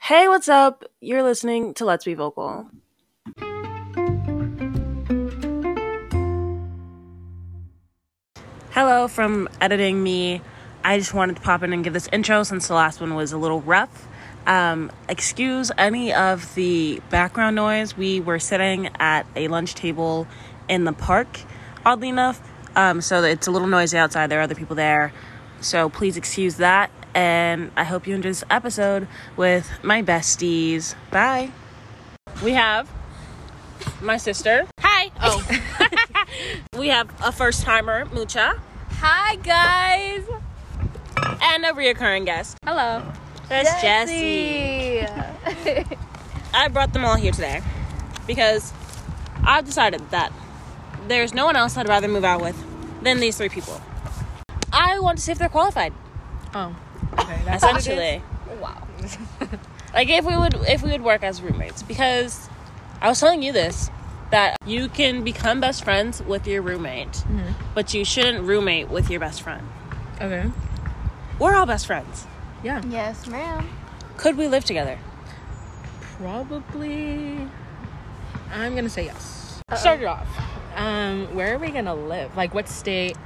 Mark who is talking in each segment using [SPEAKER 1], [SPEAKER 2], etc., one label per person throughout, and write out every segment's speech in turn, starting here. [SPEAKER 1] Hey, what's up? You're listening to Let's Be Vocal. Hello from editing me. I just wanted to pop in and give this intro since the last one was a little rough. Um, excuse any of the background noise. We were sitting at a lunch table in the park, oddly enough. Um, so it's a little noisy outside. There are other people there. So please excuse that. And I hope you enjoy this episode with my besties. Bye. We have my sister. Hi. Oh. we have a first timer, Mucha,
[SPEAKER 2] Hi guys.
[SPEAKER 1] and a reoccurring guest.
[SPEAKER 2] Hello.
[SPEAKER 1] That's Jessie. I brought them all here today because I've decided that there's no one else I'd rather move out with than these three people. I want to see if they're qualified.
[SPEAKER 3] Oh.
[SPEAKER 1] essentially,
[SPEAKER 2] wow.
[SPEAKER 1] like if we would if we would work as roommates because I was telling you this that you can become best friends with your roommate, but you shouldn't roommate with your best friend.
[SPEAKER 3] Okay.
[SPEAKER 1] We're all best friends.
[SPEAKER 3] Yeah.
[SPEAKER 2] Yes, ma'am.
[SPEAKER 1] Could we live together?
[SPEAKER 3] Probably. I'm gonna say yes.
[SPEAKER 1] Start it off.
[SPEAKER 3] Um, where are we gonna live? Like, what state?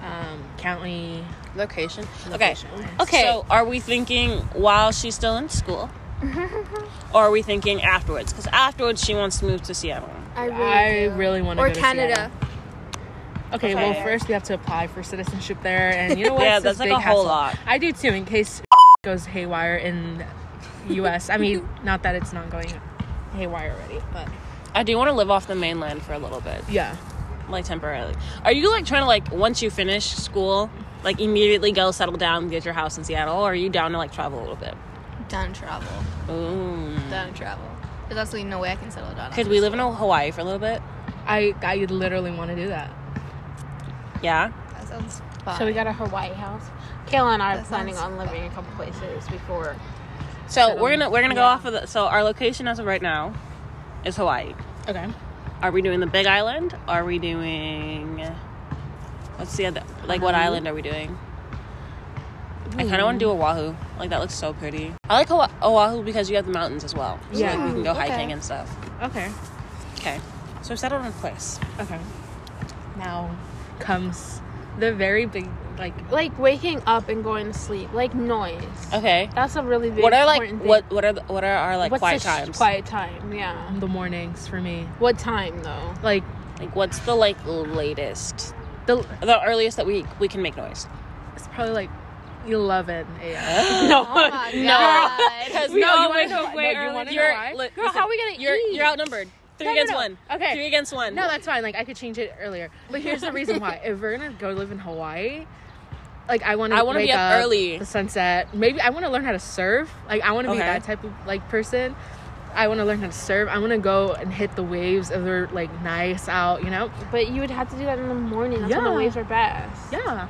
[SPEAKER 3] Um, county.
[SPEAKER 1] Location.
[SPEAKER 3] Location.
[SPEAKER 1] Okay.
[SPEAKER 2] Okay.
[SPEAKER 1] So are we thinking while she's still in school? or are we thinking afterwards? Because afterwards she wants to move to Seattle.
[SPEAKER 2] I really,
[SPEAKER 3] I
[SPEAKER 2] do.
[SPEAKER 3] really want to.
[SPEAKER 2] or
[SPEAKER 3] go to
[SPEAKER 2] Canada.
[SPEAKER 3] Seattle. Okay, Well,
[SPEAKER 1] Okay.
[SPEAKER 3] first we have to apply for citizenship there, and you know what?
[SPEAKER 1] Yeah,
[SPEAKER 3] It's this
[SPEAKER 1] that's like
[SPEAKER 3] big
[SPEAKER 1] a whole
[SPEAKER 3] hassle.
[SPEAKER 1] lot.
[SPEAKER 3] I do too, in case goes haywire in the U.S. I mean, not that it's not going haywire already, but
[SPEAKER 1] I do want to live off the mainland for a little bit,
[SPEAKER 3] yeah.
[SPEAKER 1] like temporarily. Are you like trying to like once you finish school, like immediately go settle down and get your house in Seattle, or are you down to like travel a little bit?
[SPEAKER 2] Done travel.
[SPEAKER 1] Ooh.
[SPEAKER 2] Done travel. There's absolutely no way I can settle down.
[SPEAKER 1] Could we live in Hawaii for a little bit?
[SPEAKER 3] I I literally want to do that.
[SPEAKER 1] Yeah.
[SPEAKER 2] That sounds fun.
[SPEAKER 4] So we got a Hawaii house. Kayla and I are
[SPEAKER 2] That
[SPEAKER 4] planning
[SPEAKER 2] sounds
[SPEAKER 4] on living a couple places before.
[SPEAKER 1] So
[SPEAKER 3] Settle.
[SPEAKER 1] we're gonna we're gonna go
[SPEAKER 4] Yeah.
[SPEAKER 1] off of the, so our location as of right now is Hawaii.
[SPEAKER 3] Okay.
[SPEAKER 1] Are we doing the Big Island? Are we doing what's the other like what island are we doing? I kind of want to do Oahu. Like that looks so pretty. I like Hawa- Oahu because you have the mountains as well. So
[SPEAKER 3] Yeah.
[SPEAKER 1] like, we can go
[SPEAKER 2] Ooh, okay.
[SPEAKER 1] hiking and stuff.
[SPEAKER 3] Okay.
[SPEAKER 1] Okay. So we settled on a place.
[SPEAKER 3] Okay. Now comes the very big, like,
[SPEAKER 4] Like waking up and going to sleep, like noise.
[SPEAKER 1] Okay.
[SPEAKER 4] That's a really big
[SPEAKER 1] What are like
[SPEAKER 4] important thing.
[SPEAKER 1] what what are the, what are our like
[SPEAKER 4] What's
[SPEAKER 1] quiet
[SPEAKER 4] the sh-
[SPEAKER 1] times?
[SPEAKER 4] Quiet time, yeah.
[SPEAKER 3] um, the mornings for me.
[SPEAKER 4] What time though?
[SPEAKER 3] Like,
[SPEAKER 1] Like what's the like latest
[SPEAKER 3] the
[SPEAKER 1] the earliest that we we can make noise?
[SPEAKER 3] it's probably like 11 a.m.
[SPEAKER 2] Oh my god.
[SPEAKER 1] Because
[SPEAKER 3] We-
[SPEAKER 1] no,
[SPEAKER 3] you wanna
[SPEAKER 1] we're
[SPEAKER 3] know-
[SPEAKER 1] way
[SPEAKER 3] no, you
[SPEAKER 1] early-
[SPEAKER 3] wanna know
[SPEAKER 1] you're-
[SPEAKER 3] why?
[SPEAKER 1] li-
[SPEAKER 3] Girl, how are we gonna
[SPEAKER 1] you're,
[SPEAKER 3] eat?
[SPEAKER 1] You're outnumbered. Three
[SPEAKER 3] No, no,
[SPEAKER 1] against
[SPEAKER 3] no.
[SPEAKER 1] one.
[SPEAKER 3] Okay.
[SPEAKER 1] Three against one.
[SPEAKER 3] no, that's fine. Like, I could change it earlier. But here's the reason why. If we're gonna go live in Hawaii, like, I want to.
[SPEAKER 1] I wanna be
[SPEAKER 3] wake
[SPEAKER 1] up early.
[SPEAKER 3] The sunset. Maybe I want to learn how to surf. Like, I want to
[SPEAKER 1] Okay.
[SPEAKER 3] be that type of like person. I want to learn how to surf. I want to go and hit the waves if they're like nice out. You know.
[SPEAKER 4] But you would have to do that in the morning. That's when
[SPEAKER 3] Yeah.
[SPEAKER 4] the waves are best.
[SPEAKER 3] Yeah.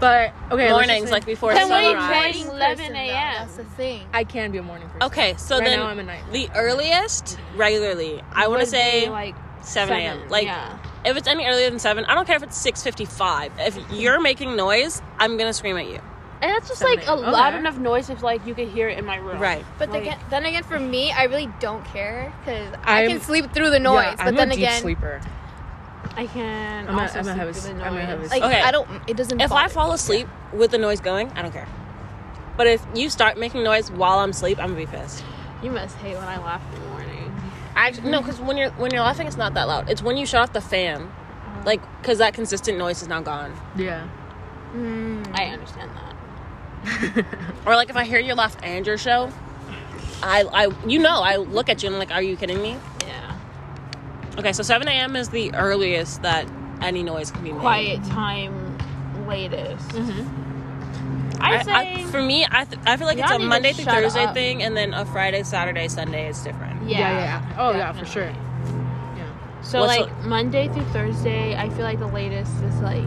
[SPEAKER 3] But okay, let's just
[SPEAKER 1] mornings
[SPEAKER 3] say-
[SPEAKER 1] like before
[SPEAKER 4] Then what are you
[SPEAKER 1] sunrise.
[SPEAKER 4] morning 11 a.m..
[SPEAKER 2] That's the thing.
[SPEAKER 3] I can be a morning person.
[SPEAKER 1] Okay, so
[SPEAKER 3] Right
[SPEAKER 1] then
[SPEAKER 3] now I'm a night.
[SPEAKER 1] the earliest regularly, I want to
[SPEAKER 4] Would
[SPEAKER 1] say
[SPEAKER 4] be, like
[SPEAKER 1] 7 a.m. Like
[SPEAKER 4] yeah.
[SPEAKER 1] if it's any earlier than seven, I don't care if it's 6:55. If you're making noise, I'm gonna scream at you.
[SPEAKER 4] And that's just
[SPEAKER 3] 7
[SPEAKER 4] like a
[SPEAKER 3] a.m.,
[SPEAKER 4] loud
[SPEAKER 3] okay.
[SPEAKER 4] enough noise if like you could hear it in my room.
[SPEAKER 1] Right.
[SPEAKER 2] But
[SPEAKER 4] Like-
[SPEAKER 2] again, then again, for me, I really don't care because I
[SPEAKER 3] I'm-
[SPEAKER 2] can sleep through the
[SPEAKER 3] Yeah,
[SPEAKER 2] noise. but
[SPEAKER 3] I'm
[SPEAKER 2] then
[SPEAKER 3] a deep
[SPEAKER 2] again,
[SPEAKER 3] sleeper.
[SPEAKER 4] I can
[SPEAKER 3] I'm a- I'm
[SPEAKER 4] also
[SPEAKER 3] a
[SPEAKER 4] sleep
[SPEAKER 3] heavy-
[SPEAKER 4] through the
[SPEAKER 3] I'm a
[SPEAKER 4] noise.
[SPEAKER 3] heavy
[SPEAKER 2] like
[SPEAKER 1] Okay.
[SPEAKER 2] I don't. It doesn't.
[SPEAKER 1] If I
[SPEAKER 2] bother
[SPEAKER 1] fall
[SPEAKER 2] me.
[SPEAKER 1] asleep with the noise going, I don't care. But if you start making noise while I'm asleep, I'm gonna be pissed.
[SPEAKER 4] You must hate when I laugh in the morning.
[SPEAKER 1] Actually, no, because when you're when you're laughing, it's not that loud. It's when you shut off the fan, like because that consistent noise is now gone.
[SPEAKER 3] Yeah.
[SPEAKER 4] I understand that.
[SPEAKER 1] Or like if I hear your laugh and your show, I I you know I look at you and I'm like, are you kidding me?
[SPEAKER 4] Yeah.
[SPEAKER 1] Okay, so 7 a.m. is the earliest that any noise can be made.
[SPEAKER 4] quiet time latest.
[SPEAKER 3] Mm-hmm.
[SPEAKER 1] I,
[SPEAKER 4] I
[SPEAKER 1] I,
[SPEAKER 4] say-
[SPEAKER 1] for me, I, th- I feel like it's
[SPEAKER 4] Y'all
[SPEAKER 1] a
[SPEAKER 4] need to
[SPEAKER 1] Monday through
[SPEAKER 4] shut
[SPEAKER 1] Thursday
[SPEAKER 4] up.
[SPEAKER 1] thing, and then a Friday, Saturday, Sunday is different.
[SPEAKER 3] Yeah, yeah. Oh, yeah, for sure.
[SPEAKER 4] definitely.
[SPEAKER 3] Yeah.
[SPEAKER 4] So
[SPEAKER 1] What's
[SPEAKER 4] like Monday through Thursday, I feel like the latest is like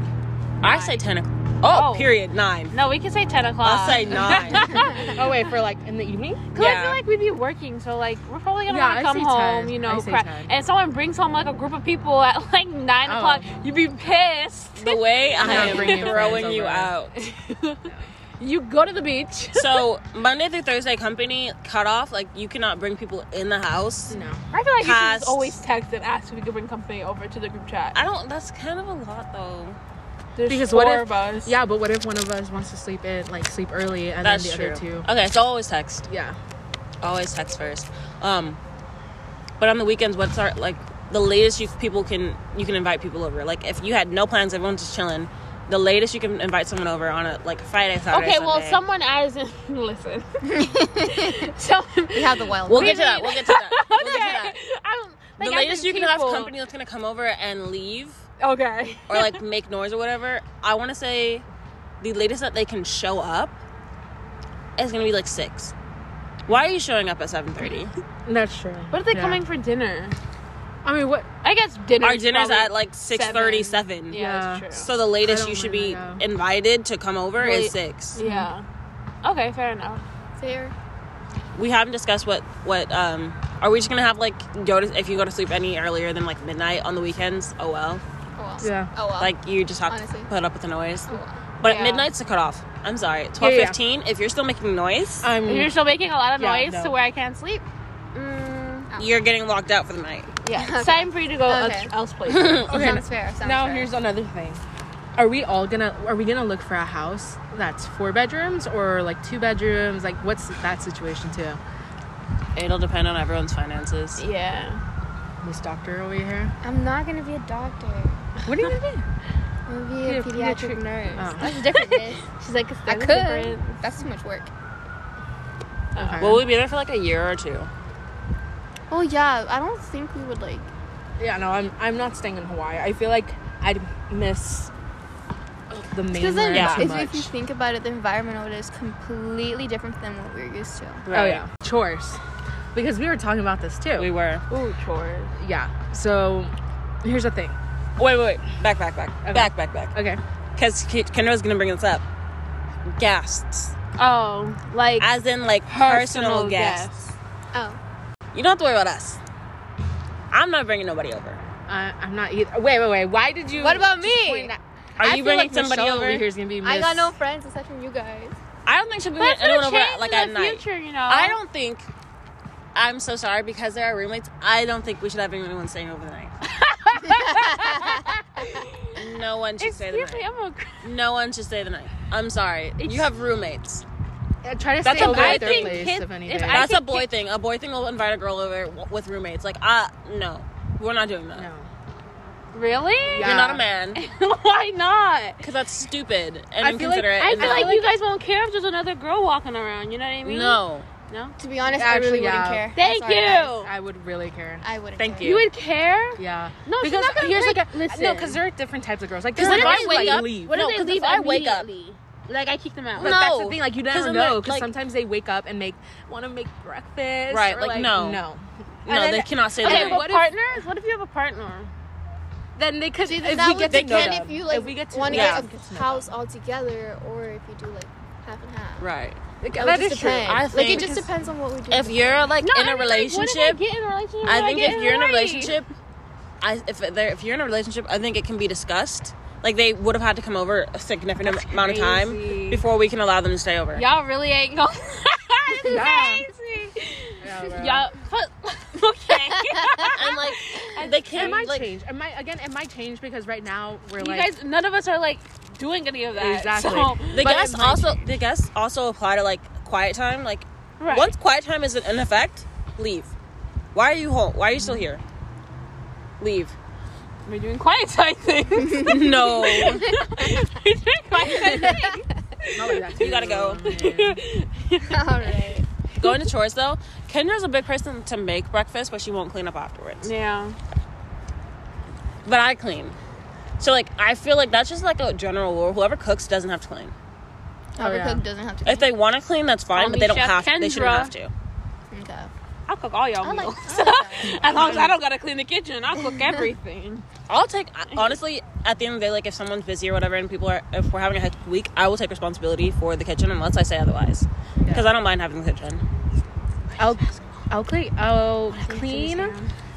[SPEAKER 1] I say 10 o'clock. Oh,
[SPEAKER 4] Oh.
[SPEAKER 1] period, 9.
[SPEAKER 4] no, we can say ten o'clock.
[SPEAKER 1] I'll say 9.
[SPEAKER 3] Oh wait, for like in the evening?
[SPEAKER 4] Cause I
[SPEAKER 1] yeah.
[SPEAKER 4] feel like we'd be working, so like we're probably gonna
[SPEAKER 3] Yeah,
[SPEAKER 4] want
[SPEAKER 3] I
[SPEAKER 4] to come
[SPEAKER 3] say
[SPEAKER 4] home,
[SPEAKER 3] 10.
[SPEAKER 4] you
[SPEAKER 3] I
[SPEAKER 4] know.
[SPEAKER 3] say
[SPEAKER 4] Cra-
[SPEAKER 3] 10.
[SPEAKER 4] and someone brings home like a group of people at like nine
[SPEAKER 3] Oh.
[SPEAKER 4] o'clock, you'd be pissed.
[SPEAKER 1] the way I
[SPEAKER 3] not
[SPEAKER 1] am
[SPEAKER 3] bringing friends
[SPEAKER 1] throwing you
[SPEAKER 3] over.
[SPEAKER 1] out.
[SPEAKER 4] You go to the beach.
[SPEAKER 1] so Monday through Thursday company cut off. Like you cannot bring people in the house.
[SPEAKER 3] No.
[SPEAKER 4] I feel like you should
[SPEAKER 1] Past-
[SPEAKER 4] just always text and ask if we could bring company over to the group chat.
[SPEAKER 1] I don't. That's kind of a lot though.
[SPEAKER 4] There's
[SPEAKER 3] Because
[SPEAKER 4] four
[SPEAKER 3] what if-
[SPEAKER 4] of us.
[SPEAKER 3] Yeah, but what if one of us wants to sleep in, like sleep early, and
[SPEAKER 1] That's
[SPEAKER 3] then the
[SPEAKER 1] true.
[SPEAKER 3] other two?
[SPEAKER 1] Okay, so always text.
[SPEAKER 3] Yeah.
[SPEAKER 1] Always text first. Um, but on the weekends, what's our like the latest you people can you can invite people over? Like if you had no plans, everyone's just chilling. The latest you can invite someone over on a like Friday, Saturday.
[SPEAKER 4] Okay, well,
[SPEAKER 1] Sunday.
[SPEAKER 4] someone as in listen. Someone-
[SPEAKER 2] We have the wild.
[SPEAKER 1] We'll
[SPEAKER 2] card.
[SPEAKER 1] get to that. We'll get to that. We'll get to that.
[SPEAKER 4] I don't, like,
[SPEAKER 1] the
[SPEAKER 4] as
[SPEAKER 1] latest
[SPEAKER 4] in
[SPEAKER 1] you can have
[SPEAKER 4] people.
[SPEAKER 1] company that's gonna come over and leave
[SPEAKER 4] Okay.
[SPEAKER 1] or like make noise or whatever. I want to say the latest that they can show up is gonna be like six. Why are you showing up at seven thirty?
[SPEAKER 3] That's true.
[SPEAKER 4] What if they
[SPEAKER 3] Yeah.
[SPEAKER 4] coming for dinner?
[SPEAKER 3] I mean, what?
[SPEAKER 4] I guess dinner.
[SPEAKER 1] Our dinner's at like six thirty seven.
[SPEAKER 4] Yeah,
[SPEAKER 3] Yeah.
[SPEAKER 4] that's true.
[SPEAKER 1] So the
[SPEAKER 3] I
[SPEAKER 1] latest
[SPEAKER 3] don't
[SPEAKER 1] you should
[SPEAKER 3] wanna
[SPEAKER 1] be
[SPEAKER 3] go.
[SPEAKER 1] invited to come over is
[SPEAKER 4] Wait.
[SPEAKER 1] six.
[SPEAKER 4] yeah. Okay, fair enough.
[SPEAKER 2] Fair.
[SPEAKER 1] We haven't discussed what what um are we just gonna have like go to if you go to sleep any earlier than like midnight on the weekends? Oh well,
[SPEAKER 2] Oh well.
[SPEAKER 3] Yeah.
[SPEAKER 2] Oh well.
[SPEAKER 1] like you just have
[SPEAKER 2] Honestly.
[SPEAKER 1] to put up with the noise.
[SPEAKER 2] Oh well.
[SPEAKER 1] But
[SPEAKER 4] Yeah.
[SPEAKER 1] midnight's the cutoff. I'm sorry,
[SPEAKER 3] yeah. Uh,
[SPEAKER 1] twelve fifteen. If you're still making noise,
[SPEAKER 3] I'm.
[SPEAKER 4] You're still making a lot of
[SPEAKER 3] Yeah,
[SPEAKER 4] noise
[SPEAKER 3] no.
[SPEAKER 4] to where I can't sleep. Mm,
[SPEAKER 1] you're getting locked out for the night.
[SPEAKER 4] yeah,
[SPEAKER 2] Okay.
[SPEAKER 4] it's time for you to go
[SPEAKER 2] Okay.
[SPEAKER 4] else- elsewhere.
[SPEAKER 3] okay.
[SPEAKER 2] Sounds fair. Sounds
[SPEAKER 3] now
[SPEAKER 2] fair.
[SPEAKER 3] here's another thing. Are we all gonna? Are we gonna look for a house that's four bedrooms or like two bedrooms? Like, what's that situation too?
[SPEAKER 1] It'll depend on everyone's finances.
[SPEAKER 4] yeah.
[SPEAKER 3] Miss Doctor over here.
[SPEAKER 2] I'm not gonna be a doctor.
[SPEAKER 3] What do you mean?
[SPEAKER 2] I'm gonna be a
[SPEAKER 3] You're a pediatric-
[SPEAKER 2] pediatric nurse.
[SPEAKER 3] Oh.
[SPEAKER 2] That's different. miss.
[SPEAKER 4] She's like,
[SPEAKER 2] I could. That's too much work.
[SPEAKER 3] Okay.
[SPEAKER 1] Will we be there for like a year or two?
[SPEAKER 2] Oh yeah, I don't think we would like.
[SPEAKER 3] yeah. No, I'm. I'm not staying in Hawaii. I feel like I'd miss the
[SPEAKER 2] Because
[SPEAKER 3] mainland
[SPEAKER 2] then,
[SPEAKER 1] Yeah.
[SPEAKER 3] too
[SPEAKER 2] if,
[SPEAKER 3] much.
[SPEAKER 2] if you think about it, the environment over there is completely different than what we're used to.
[SPEAKER 3] Oh yeah, chores. Because we were talking about this too.
[SPEAKER 1] we were.
[SPEAKER 4] Ooh, chores.
[SPEAKER 3] yeah. So here's the thing.
[SPEAKER 1] Wait, wait, wait. back, back, back,
[SPEAKER 3] Okay.
[SPEAKER 1] back, back, back.
[SPEAKER 3] Okay.
[SPEAKER 1] Because Kendra's gonna bring this up. Guests,
[SPEAKER 4] Oh, like
[SPEAKER 1] as in like personal, guests.
[SPEAKER 2] Oh,
[SPEAKER 1] You don't have to worry about us. I'm not bringing nobody over.
[SPEAKER 3] I, I'm not either. Wait, wait, wait. Why did you?
[SPEAKER 2] What about
[SPEAKER 3] just
[SPEAKER 2] me?
[SPEAKER 3] point that-
[SPEAKER 1] Are
[SPEAKER 3] I
[SPEAKER 1] you
[SPEAKER 3] feel
[SPEAKER 1] bringing
[SPEAKER 3] like
[SPEAKER 1] somebody
[SPEAKER 3] Michelle
[SPEAKER 1] over?
[SPEAKER 3] over? Here is gonna be. Miss.
[SPEAKER 2] I got no friends aside from you guys.
[SPEAKER 1] I don't think she'll be bringing
[SPEAKER 4] But it's
[SPEAKER 1] anyone
[SPEAKER 4] gonna
[SPEAKER 1] over
[SPEAKER 4] change
[SPEAKER 1] like at
[SPEAKER 4] in the
[SPEAKER 1] night.
[SPEAKER 4] future, you know.
[SPEAKER 1] I don't think. I'm so sorry because there are roommates. I don't think we should have anyone staying over the night. no one should stay the
[SPEAKER 4] Excuse me,
[SPEAKER 1] night.
[SPEAKER 4] I'm a.
[SPEAKER 1] No one should stay the night. I'm sorry. You have roommates.
[SPEAKER 3] Uh, Try to
[SPEAKER 1] That's
[SPEAKER 3] stay
[SPEAKER 1] a
[SPEAKER 3] over
[SPEAKER 1] bad
[SPEAKER 3] at their
[SPEAKER 1] thing,
[SPEAKER 3] place
[SPEAKER 4] kids.
[SPEAKER 3] if
[SPEAKER 4] If
[SPEAKER 3] anything.
[SPEAKER 4] I-
[SPEAKER 1] That's a
[SPEAKER 4] think
[SPEAKER 1] boy thing. A boy thing will invite a girl over w- with roommates. Like, uh, no, we're not doing that.
[SPEAKER 3] no.
[SPEAKER 4] Really?
[SPEAKER 3] Yeah.
[SPEAKER 1] You're not a man
[SPEAKER 4] Why not?
[SPEAKER 1] because that's stupid and
[SPEAKER 3] I feel like-
[SPEAKER 1] inconsiderate.
[SPEAKER 4] I
[SPEAKER 1] and
[SPEAKER 4] feel
[SPEAKER 1] that's-
[SPEAKER 4] like you guys won't care if there's another girl walking around. You know what I mean?
[SPEAKER 1] no.
[SPEAKER 4] No.
[SPEAKER 2] To be honest, I
[SPEAKER 3] Actually,
[SPEAKER 2] really
[SPEAKER 3] yeah.
[SPEAKER 2] wouldn't care. I'm
[SPEAKER 4] Thank
[SPEAKER 2] sorry,
[SPEAKER 4] you.
[SPEAKER 2] guys.
[SPEAKER 3] I would really care.
[SPEAKER 2] I wouldn't.
[SPEAKER 1] Thank
[SPEAKER 2] care.
[SPEAKER 1] you.
[SPEAKER 4] You would care?
[SPEAKER 3] Yeah.
[SPEAKER 4] No, she's
[SPEAKER 3] because
[SPEAKER 4] not gonna
[SPEAKER 3] here's like
[SPEAKER 4] break-
[SPEAKER 3] a
[SPEAKER 4] listen.
[SPEAKER 3] no, because there are different types of girls. Like
[SPEAKER 1] Because
[SPEAKER 3] there's
[SPEAKER 1] then
[SPEAKER 3] like
[SPEAKER 1] if I
[SPEAKER 3] girls
[SPEAKER 1] wake
[SPEAKER 3] like
[SPEAKER 1] up-
[SPEAKER 3] leave.
[SPEAKER 4] What
[SPEAKER 1] No,
[SPEAKER 4] if
[SPEAKER 1] 'cause
[SPEAKER 4] they
[SPEAKER 1] if
[SPEAKER 4] leave
[SPEAKER 1] I
[SPEAKER 4] I
[SPEAKER 1] wake up-
[SPEAKER 4] Like I kick them out.
[SPEAKER 1] No.
[SPEAKER 3] But that's the thing. Like you
[SPEAKER 1] Because
[SPEAKER 3] never
[SPEAKER 1] I'm
[SPEAKER 3] know.
[SPEAKER 1] like-
[SPEAKER 3] Because
[SPEAKER 1] like-
[SPEAKER 3] sometimes they wake up and make want to make breakfast.
[SPEAKER 1] Right,
[SPEAKER 3] or,
[SPEAKER 1] like, no.
[SPEAKER 3] No.
[SPEAKER 1] No,
[SPEAKER 3] And then-
[SPEAKER 1] they cannot say
[SPEAKER 4] Okay,
[SPEAKER 1] that.
[SPEAKER 3] Okay,
[SPEAKER 4] but
[SPEAKER 3] what if-
[SPEAKER 4] partners? what if you have a partner?
[SPEAKER 3] Then they could.
[SPEAKER 2] See, then
[SPEAKER 3] if
[SPEAKER 2] that
[SPEAKER 3] we get
[SPEAKER 2] would
[SPEAKER 3] to know
[SPEAKER 2] depend
[SPEAKER 3] them,
[SPEAKER 2] if you like
[SPEAKER 3] we get to
[SPEAKER 2] want to
[SPEAKER 1] yeah.
[SPEAKER 2] get
[SPEAKER 3] Get to
[SPEAKER 2] a
[SPEAKER 3] know
[SPEAKER 2] house all together, or if you do like half and half.
[SPEAKER 1] Right.
[SPEAKER 3] Like,
[SPEAKER 2] That
[SPEAKER 3] that
[SPEAKER 2] would
[SPEAKER 3] is
[SPEAKER 2] just
[SPEAKER 3] true.
[SPEAKER 2] depend.
[SPEAKER 1] I
[SPEAKER 2] like
[SPEAKER 1] think-
[SPEAKER 2] it just depends on what we do.
[SPEAKER 1] If you're like in a
[SPEAKER 4] I'm just like, what if
[SPEAKER 1] relationship,
[SPEAKER 4] I get in a relationship.
[SPEAKER 1] I
[SPEAKER 4] when
[SPEAKER 1] think
[SPEAKER 4] get
[SPEAKER 1] if
[SPEAKER 4] in
[SPEAKER 1] you're in a
[SPEAKER 4] Hawaii?
[SPEAKER 1] relationship, I if there if you're in a relationship, I think it can be discussed. Like they would have had to come over a significant amount of time
[SPEAKER 3] crazy.
[SPEAKER 1] before we can allow them to stay over.
[SPEAKER 4] y'all really ain't going. That's
[SPEAKER 3] Yeah.
[SPEAKER 4] crazy.
[SPEAKER 3] Yeah, bro.
[SPEAKER 4] Y'all, but, okay.
[SPEAKER 1] And like they
[SPEAKER 3] It
[SPEAKER 1] can't
[SPEAKER 3] might
[SPEAKER 1] like
[SPEAKER 3] change. It might again. It might change because right now we're
[SPEAKER 4] you
[SPEAKER 3] like
[SPEAKER 4] guys, none of us are like doing any of that.
[SPEAKER 3] Exactly.
[SPEAKER 4] So,
[SPEAKER 1] the
[SPEAKER 3] but it
[SPEAKER 1] guests
[SPEAKER 3] might
[SPEAKER 1] also the guests also apply to like quiet time. Like
[SPEAKER 4] right.
[SPEAKER 1] once quiet time is in effect, leave. Why are you home? Why are you still here? Leave.
[SPEAKER 4] we're doing quiet time things. we're
[SPEAKER 1] no.
[SPEAKER 4] doing quiet time things.
[SPEAKER 3] not like that
[SPEAKER 1] You gotta go.
[SPEAKER 3] man.
[SPEAKER 2] all right.
[SPEAKER 1] Going to chores though, Kendra's a big person to make breakfast, but she won't clean up afterwards.
[SPEAKER 4] Yeah.
[SPEAKER 1] but I clean. So like I feel like that's just like a general rule. Whoever cooks doesn't have to clean.
[SPEAKER 2] Whoever
[SPEAKER 3] Oh, yeah.
[SPEAKER 2] cook doesn't have to.
[SPEAKER 1] If they want to clean, that's fine,
[SPEAKER 4] I'll
[SPEAKER 1] but
[SPEAKER 4] be
[SPEAKER 1] they don't have.
[SPEAKER 4] Chef
[SPEAKER 1] They shouldn't
[SPEAKER 4] Kendra.
[SPEAKER 1] have to.
[SPEAKER 2] clean. Okay.
[SPEAKER 4] I'll cook all
[SPEAKER 3] Oh,
[SPEAKER 4] y'all
[SPEAKER 2] I like-
[SPEAKER 4] meals.
[SPEAKER 2] I like
[SPEAKER 4] as long as I don't gotta clean the kitchen, I'll cook everything.
[SPEAKER 1] I'll take I- honestly at the end of the day, like if someone's busy or whatever, and people are if we're having a hectic week, I will take responsibility for the kitchen unless I say otherwise, because I don't mind having the kitchen.
[SPEAKER 3] I'll I'll clean I'll clean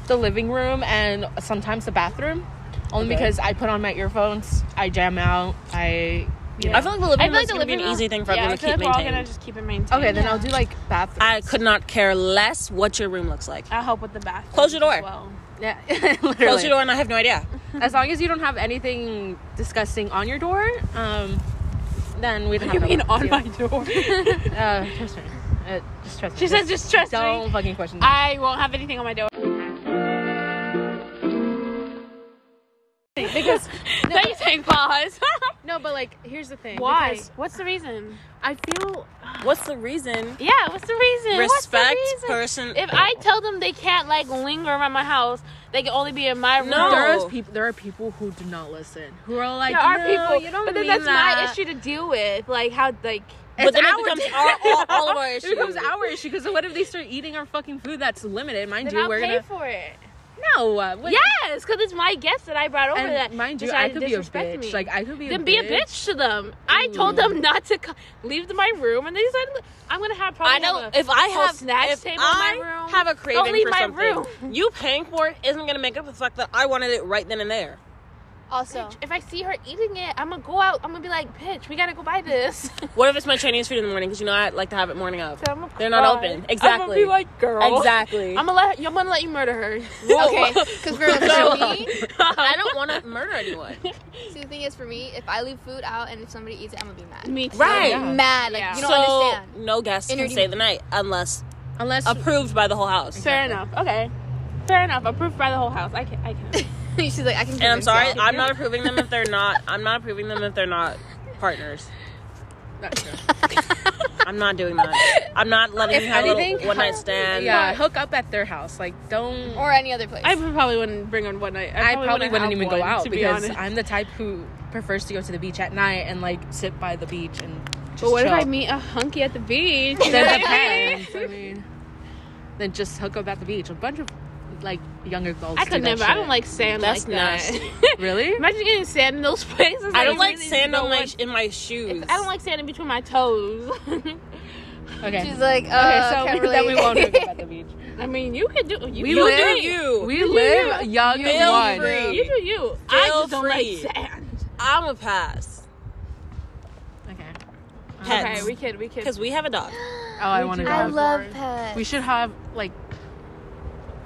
[SPEAKER 3] the living room and sometimes the bathroom. Only
[SPEAKER 1] Okay.
[SPEAKER 3] because I put on my earphones, I jam out, I
[SPEAKER 1] I feel like the living
[SPEAKER 4] I
[SPEAKER 1] room
[SPEAKER 4] feel like
[SPEAKER 1] is
[SPEAKER 4] the
[SPEAKER 1] gonna be
[SPEAKER 4] living
[SPEAKER 1] an
[SPEAKER 4] room.
[SPEAKER 1] easy thing for
[SPEAKER 4] yeah,
[SPEAKER 1] everyone
[SPEAKER 4] I
[SPEAKER 1] to
[SPEAKER 4] feel
[SPEAKER 1] keep
[SPEAKER 4] like we're all gonna
[SPEAKER 1] maintaining.
[SPEAKER 4] just keep it maintained.
[SPEAKER 3] Okay, then
[SPEAKER 4] Yeah.
[SPEAKER 3] I'll do like bathrooms.
[SPEAKER 1] I could not care less what your room looks like.
[SPEAKER 4] I'll help with the bathroom.
[SPEAKER 1] Close your
[SPEAKER 4] as
[SPEAKER 1] door.
[SPEAKER 4] well.
[SPEAKER 3] Yeah, literally.
[SPEAKER 1] Close your door and I have no idea.
[SPEAKER 3] As long as you don't have anything disgusting on your door, um, then we don't have that
[SPEAKER 4] You mean
[SPEAKER 3] much
[SPEAKER 4] on
[SPEAKER 3] to
[SPEAKER 4] my
[SPEAKER 3] do.
[SPEAKER 4] door?
[SPEAKER 3] Uh, trust me. Uh, just trust me.
[SPEAKER 4] she said, just trust
[SPEAKER 3] don't
[SPEAKER 4] me.
[SPEAKER 3] fucking question me.
[SPEAKER 4] I won't have anything on my door.
[SPEAKER 3] because
[SPEAKER 4] No, you saying pause.
[SPEAKER 3] no, but like here's the thing.
[SPEAKER 4] Why?
[SPEAKER 3] Because
[SPEAKER 4] what's the reason?
[SPEAKER 3] I feel
[SPEAKER 1] What's the reason?
[SPEAKER 4] Yeah, what's the reason? What's the
[SPEAKER 1] Respect
[SPEAKER 4] reason?
[SPEAKER 1] person.
[SPEAKER 4] If I tell them they can't like linger around my house, they can only be in my room.
[SPEAKER 1] No.
[SPEAKER 3] there is people. There are people who do not listen. Who are like,
[SPEAKER 4] there are
[SPEAKER 3] "No,
[SPEAKER 4] people,
[SPEAKER 3] You don't
[SPEAKER 4] but then
[SPEAKER 3] mean
[SPEAKER 4] that's
[SPEAKER 3] that.
[SPEAKER 4] my issue to deal with. Like how like
[SPEAKER 1] but
[SPEAKER 3] It's
[SPEAKER 1] then it
[SPEAKER 3] our
[SPEAKER 1] becomes
[SPEAKER 3] di-
[SPEAKER 1] our, all, all of our issues.
[SPEAKER 3] It becomes our issue because what if they start eating our fucking food that's limited? Mind
[SPEAKER 4] then
[SPEAKER 3] you,
[SPEAKER 4] I'll
[SPEAKER 3] we're
[SPEAKER 4] pay
[SPEAKER 3] gonna
[SPEAKER 4] for it.
[SPEAKER 3] no. uh, what-
[SPEAKER 4] Yes, because it's my guest that I brought over.
[SPEAKER 3] and
[SPEAKER 4] that
[SPEAKER 3] mind you, I
[SPEAKER 4] decided
[SPEAKER 3] could
[SPEAKER 4] to
[SPEAKER 3] be a
[SPEAKER 4] disrespect
[SPEAKER 3] bitch.
[SPEAKER 4] me.
[SPEAKER 3] Like I could be. a
[SPEAKER 4] then
[SPEAKER 3] bitch.
[SPEAKER 4] be a bitch to them. I told them not to co- leave my room, and they decided to- I'm gonna have probably.
[SPEAKER 1] I know
[SPEAKER 4] have a
[SPEAKER 1] if I
[SPEAKER 4] whole
[SPEAKER 1] have
[SPEAKER 4] snack
[SPEAKER 1] if
[SPEAKER 4] table in
[SPEAKER 1] I
[SPEAKER 4] my room,
[SPEAKER 1] have a craving
[SPEAKER 4] leave
[SPEAKER 1] for
[SPEAKER 4] my
[SPEAKER 1] something,
[SPEAKER 4] room.
[SPEAKER 1] you paying for it isn't gonna make up for the fact that I wanted it right then and there.
[SPEAKER 2] Also,
[SPEAKER 4] If I see her eating it, I'm gonna go out. I'm gonna be like, bitch, we gotta go buy this. so
[SPEAKER 1] What if it's my Chinese food in the morning? Because you know I like to have it morning of.
[SPEAKER 4] I'm gonna
[SPEAKER 1] They're not
[SPEAKER 4] cry.
[SPEAKER 1] open.
[SPEAKER 4] I'm gonna
[SPEAKER 1] Exactly.
[SPEAKER 4] be like, girl.
[SPEAKER 1] Exactly.
[SPEAKER 4] I'm gonna let. I'm gonna let you murder her.
[SPEAKER 1] Whoa.
[SPEAKER 2] okay, because for, for me,
[SPEAKER 1] I don't want to murder anyone.
[SPEAKER 2] see, the thing is, for me, if I leave food out and if somebody eats it, I'm gonna be mad.
[SPEAKER 4] Me too.
[SPEAKER 1] Right.
[SPEAKER 3] Yeah.
[SPEAKER 2] Mad, like
[SPEAKER 4] Yeah.
[SPEAKER 2] you don't
[SPEAKER 1] so
[SPEAKER 2] understand.
[SPEAKER 1] no guest can
[SPEAKER 2] Energy.
[SPEAKER 1] stay the night unless
[SPEAKER 3] Unless
[SPEAKER 1] approved by the whole house.
[SPEAKER 4] Fair enough. Okay. Fair enough. Approved by the whole house. I can. I can.
[SPEAKER 2] She's like, I
[SPEAKER 1] And
[SPEAKER 2] can.
[SPEAKER 1] I'm
[SPEAKER 2] convince
[SPEAKER 1] sorry,
[SPEAKER 2] y'all.
[SPEAKER 1] I'm not approving them if they're not. I'm not approving them if they're not partners.
[SPEAKER 3] that's true.
[SPEAKER 1] I'm not doing that. I'm not letting
[SPEAKER 3] If
[SPEAKER 1] you have a
[SPEAKER 3] anything,
[SPEAKER 1] little one night stand.
[SPEAKER 3] yeah, hook up at their house. Like don't.
[SPEAKER 2] or any other place.
[SPEAKER 4] I probably wouldn't bring on one night.
[SPEAKER 3] I probably, wouldn't
[SPEAKER 4] have
[SPEAKER 3] even
[SPEAKER 4] one,
[SPEAKER 3] go out
[SPEAKER 4] to be
[SPEAKER 3] because
[SPEAKER 4] honest.
[SPEAKER 3] I'm the type who prefers to go to the beach at night and like sit by the beach and. Just
[SPEAKER 4] But what if
[SPEAKER 3] chill.
[SPEAKER 4] I meet a hunky at the beach?
[SPEAKER 3] Then depends. I mean, then just hook up at the beach. A bunch of like younger girls.
[SPEAKER 4] I
[SPEAKER 3] do
[SPEAKER 4] could
[SPEAKER 3] that
[SPEAKER 4] never. I
[SPEAKER 3] shit.
[SPEAKER 4] don't like sand
[SPEAKER 1] That's
[SPEAKER 4] like that.
[SPEAKER 1] nasty.
[SPEAKER 3] Really?
[SPEAKER 4] Imagine getting sand in those places.
[SPEAKER 1] I don't like
[SPEAKER 4] really
[SPEAKER 1] sand
[SPEAKER 4] no
[SPEAKER 1] on my
[SPEAKER 4] one-
[SPEAKER 1] in my shoes.
[SPEAKER 4] I don't like sand in between my toes.
[SPEAKER 3] Okay.
[SPEAKER 2] She's like, uh,
[SPEAKER 3] okay, so
[SPEAKER 2] can't
[SPEAKER 3] we, then we
[SPEAKER 2] relate.
[SPEAKER 3] won't hook up at the beach.
[SPEAKER 4] I mean, you could do. You,
[SPEAKER 3] We
[SPEAKER 4] you
[SPEAKER 3] live-
[SPEAKER 4] do
[SPEAKER 1] you.
[SPEAKER 3] We live young
[SPEAKER 1] Feel
[SPEAKER 3] and one.
[SPEAKER 1] free.
[SPEAKER 4] You do you. I
[SPEAKER 1] Feel
[SPEAKER 4] just don't
[SPEAKER 1] free.
[SPEAKER 4] like sand.
[SPEAKER 1] I'm a pass
[SPEAKER 3] Okay.
[SPEAKER 1] Pets.
[SPEAKER 4] Okay, we could. We could.
[SPEAKER 1] because we have a dog.
[SPEAKER 3] Oh, I want to
[SPEAKER 4] do
[SPEAKER 2] I
[SPEAKER 4] have
[SPEAKER 3] dog.
[SPEAKER 2] love
[SPEAKER 4] Rory.
[SPEAKER 2] pets.
[SPEAKER 3] We should have like.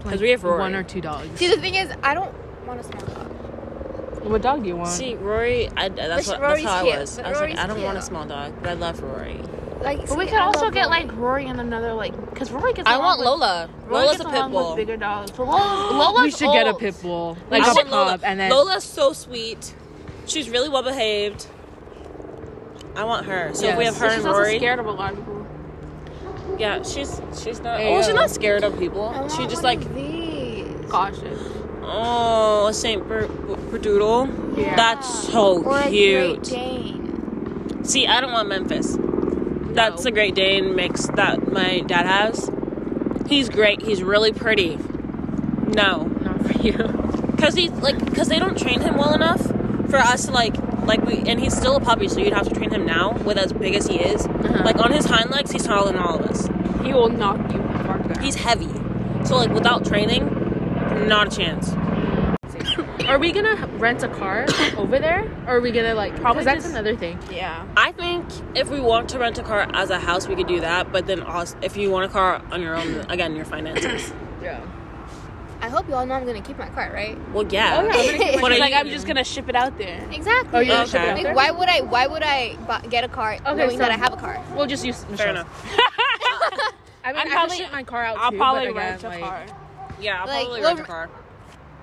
[SPEAKER 1] 'Cause we have Rory.
[SPEAKER 3] one or two dogs.
[SPEAKER 2] See, the thing is, I don't want a small dog.
[SPEAKER 3] What dog do you want?
[SPEAKER 1] See, Rory, I, that's
[SPEAKER 2] But
[SPEAKER 1] what
[SPEAKER 2] Rory's
[SPEAKER 1] that's how
[SPEAKER 2] cute,
[SPEAKER 1] I was.
[SPEAKER 2] but
[SPEAKER 1] I was like,
[SPEAKER 2] Rory's
[SPEAKER 1] I don't want a
[SPEAKER 2] cute.
[SPEAKER 1] small dog, but I love Rory.
[SPEAKER 2] Like,
[SPEAKER 4] But we
[SPEAKER 2] see,
[SPEAKER 4] could
[SPEAKER 2] I
[SPEAKER 4] also
[SPEAKER 2] love
[SPEAKER 4] get
[SPEAKER 2] them.
[SPEAKER 4] like Rory and another like, cause Rory gets.
[SPEAKER 1] I
[SPEAKER 4] along
[SPEAKER 1] want
[SPEAKER 4] with-
[SPEAKER 1] Lola.
[SPEAKER 4] Rory
[SPEAKER 1] Lola's a
[SPEAKER 4] gets
[SPEAKER 1] pit
[SPEAKER 4] along with
[SPEAKER 1] bull.
[SPEAKER 4] Bigger dogs. But Lola, Lola's
[SPEAKER 3] we should get a
[SPEAKER 4] old.
[SPEAKER 3] pit bull, like
[SPEAKER 1] I
[SPEAKER 3] a
[SPEAKER 1] want
[SPEAKER 3] pup,
[SPEAKER 1] Lola.
[SPEAKER 3] and then
[SPEAKER 1] Lola's so sweet. She's really well behaved. I want her. So if we have
[SPEAKER 3] Yes.
[SPEAKER 1] her
[SPEAKER 4] She's
[SPEAKER 1] and
[SPEAKER 4] also
[SPEAKER 1] Rory,
[SPEAKER 4] scared of a lot of people.
[SPEAKER 1] yeah, she's she's not.
[SPEAKER 3] Yeah.
[SPEAKER 1] Oh, she's not scared of people.
[SPEAKER 2] I want
[SPEAKER 1] She just
[SPEAKER 2] one
[SPEAKER 1] like
[SPEAKER 2] of these.
[SPEAKER 4] Cautious.
[SPEAKER 1] oh, a Saint Ber- Berdoodle.
[SPEAKER 4] Yeah.
[SPEAKER 1] That's so
[SPEAKER 2] or a Great
[SPEAKER 1] cute.
[SPEAKER 2] Dane.
[SPEAKER 1] See, I don't want Memphis. That's
[SPEAKER 3] No.
[SPEAKER 1] a Great Dane mix that my dad has. He's great. He's really pretty. No,
[SPEAKER 3] not for you.
[SPEAKER 1] because he's like because they don't train him well enough for us to like like we and he's still a puppy, so you'd have to train him now with as big as he is. Like on his hind legs, he's taller than all of us.
[SPEAKER 4] He will knock you the fuck out.
[SPEAKER 1] He's heavy, so like without training, not a chance.
[SPEAKER 3] Are we gonna rent a car over there? Or are we gonna like? Probably
[SPEAKER 4] Probably
[SPEAKER 3] that's
[SPEAKER 4] just-
[SPEAKER 3] another thing.
[SPEAKER 4] Yeah.
[SPEAKER 1] I think if we want to rent a car as a house, we could do that. But then also, if you want a car on your own, again, your finances.
[SPEAKER 3] Yeah.
[SPEAKER 2] I hope y'all know I'm gonna keep my car, right?
[SPEAKER 1] Well, yeah.
[SPEAKER 3] Oh, yeah, I'm gonna keep my
[SPEAKER 1] What
[SPEAKER 4] But
[SPEAKER 1] are
[SPEAKER 4] like
[SPEAKER 1] you-
[SPEAKER 4] I'm just gonna ship it out there.
[SPEAKER 2] Exactly.
[SPEAKER 3] Oh, you're
[SPEAKER 1] gonna ship it out
[SPEAKER 2] Like,
[SPEAKER 3] there?
[SPEAKER 2] why would I? Why would I bu get a car knowing
[SPEAKER 3] so-
[SPEAKER 2] that I have a car?
[SPEAKER 3] We'll just use Michelle's.
[SPEAKER 1] Fair enough.
[SPEAKER 3] I mean,
[SPEAKER 4] I'm
[SPEAKER 3] i
[SPEAKER 4] probably-
[SPEAKER 3] probably ship my car out
[SPEAKER 4] I'll
[SPEAKER 3] too.
[SPEAKER 4] probably
[SPEAKER 3] but again,
[SPEAKER 4] rent a
[SPEAKER 3] like,
[SPEAKER 4] car.
[SPEAKER 1] Yeah, I'll
[SPEAKER 2] Like,
[SPEAKER 1] probably
[SPEAKER 2] well,
[SPEAKER 1] rent a car.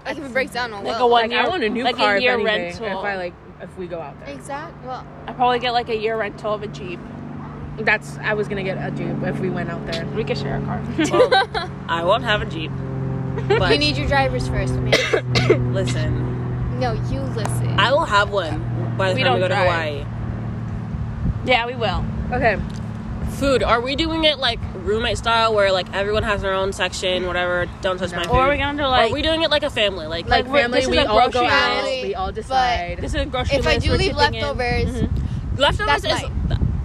[SPEAKER 2] Like if it breaks down, I'll
[SPEAKER 4] Like a
[SPEAKER 2] will.
[SPEAKER 4] one
[SPEAKER 3] Like,
[SPEAKER 4] year.
[SPEAKER 3] I want a new
[SPEAKER 4] like
[SPEAKER 3] car.
[SPEAKER 4] a year
[SPEAKER 3] if anything,
[SPEAKER 4] rental.
[SPEAKER 3] If I like, if we go out there,
[SPEAKER 2] Exact. Well,
[SPEAKER 4] I probably get like a year rental of a jeep.
[SPEAKER 3] that's I was gonna get a jeep if we went out there.
[SPEAKER 4] We could share a car.
[SPEAKER 1] Well, I won't have a jeep. But
[SPEAKER 2] you need your drivers first, man.
[SPEAKER 1] listen,
[SPEAKER 2] no, you listen.
[SPEAKER 1] I will have one by the
[SPEAKER 4] We
[SPEAKER 1] time we go to
[SPEAKER 4] don't drive.
[SPEAKER 1] Hawaii.
[SPEAKER 4] yeah, we will.
[SPEAKER 3] Okay.
[SPEAKER 1] Food? Are we doing it like roommate style, where like everyone has their own section, whatever? Don't touch my
[SPEAKER 3] No.
[SPEAKER 1] food.
[SPEAKER 4] Or we're gonna do like
[SPEAKER 1] are we doing it like a family? Like,
[SPEAKER 3] Like,
[SPEAKER 4] Like, we're-
[SPEAKER 3] family,
[SPEAKER 4] this is
[SPEAKER 3] we
[SPEAKER 4] a
[SPEAKER 3] all go
[SPEAKER 4] grocery
[SPEAKER 3] out.
[SPEAKER 2] alley,
[SPEAKER 3] We all
[SPEAKER 2] but-
[SPEAKER 3] decide.
[SPEAKER 4] this is a grocery
[SPEAKER 2] if I
[SPEAKER 4] list.
[SPEAKER 2] do
[SPEAKER 4] we're
[SPEAKER 2] leave
[SPEAKER 4] tipping in.
[SPEAKER 2] leftovers,
[SPEAKER 1] leftovers
[SPEAKER 2] That's
[SPEAKER 1] is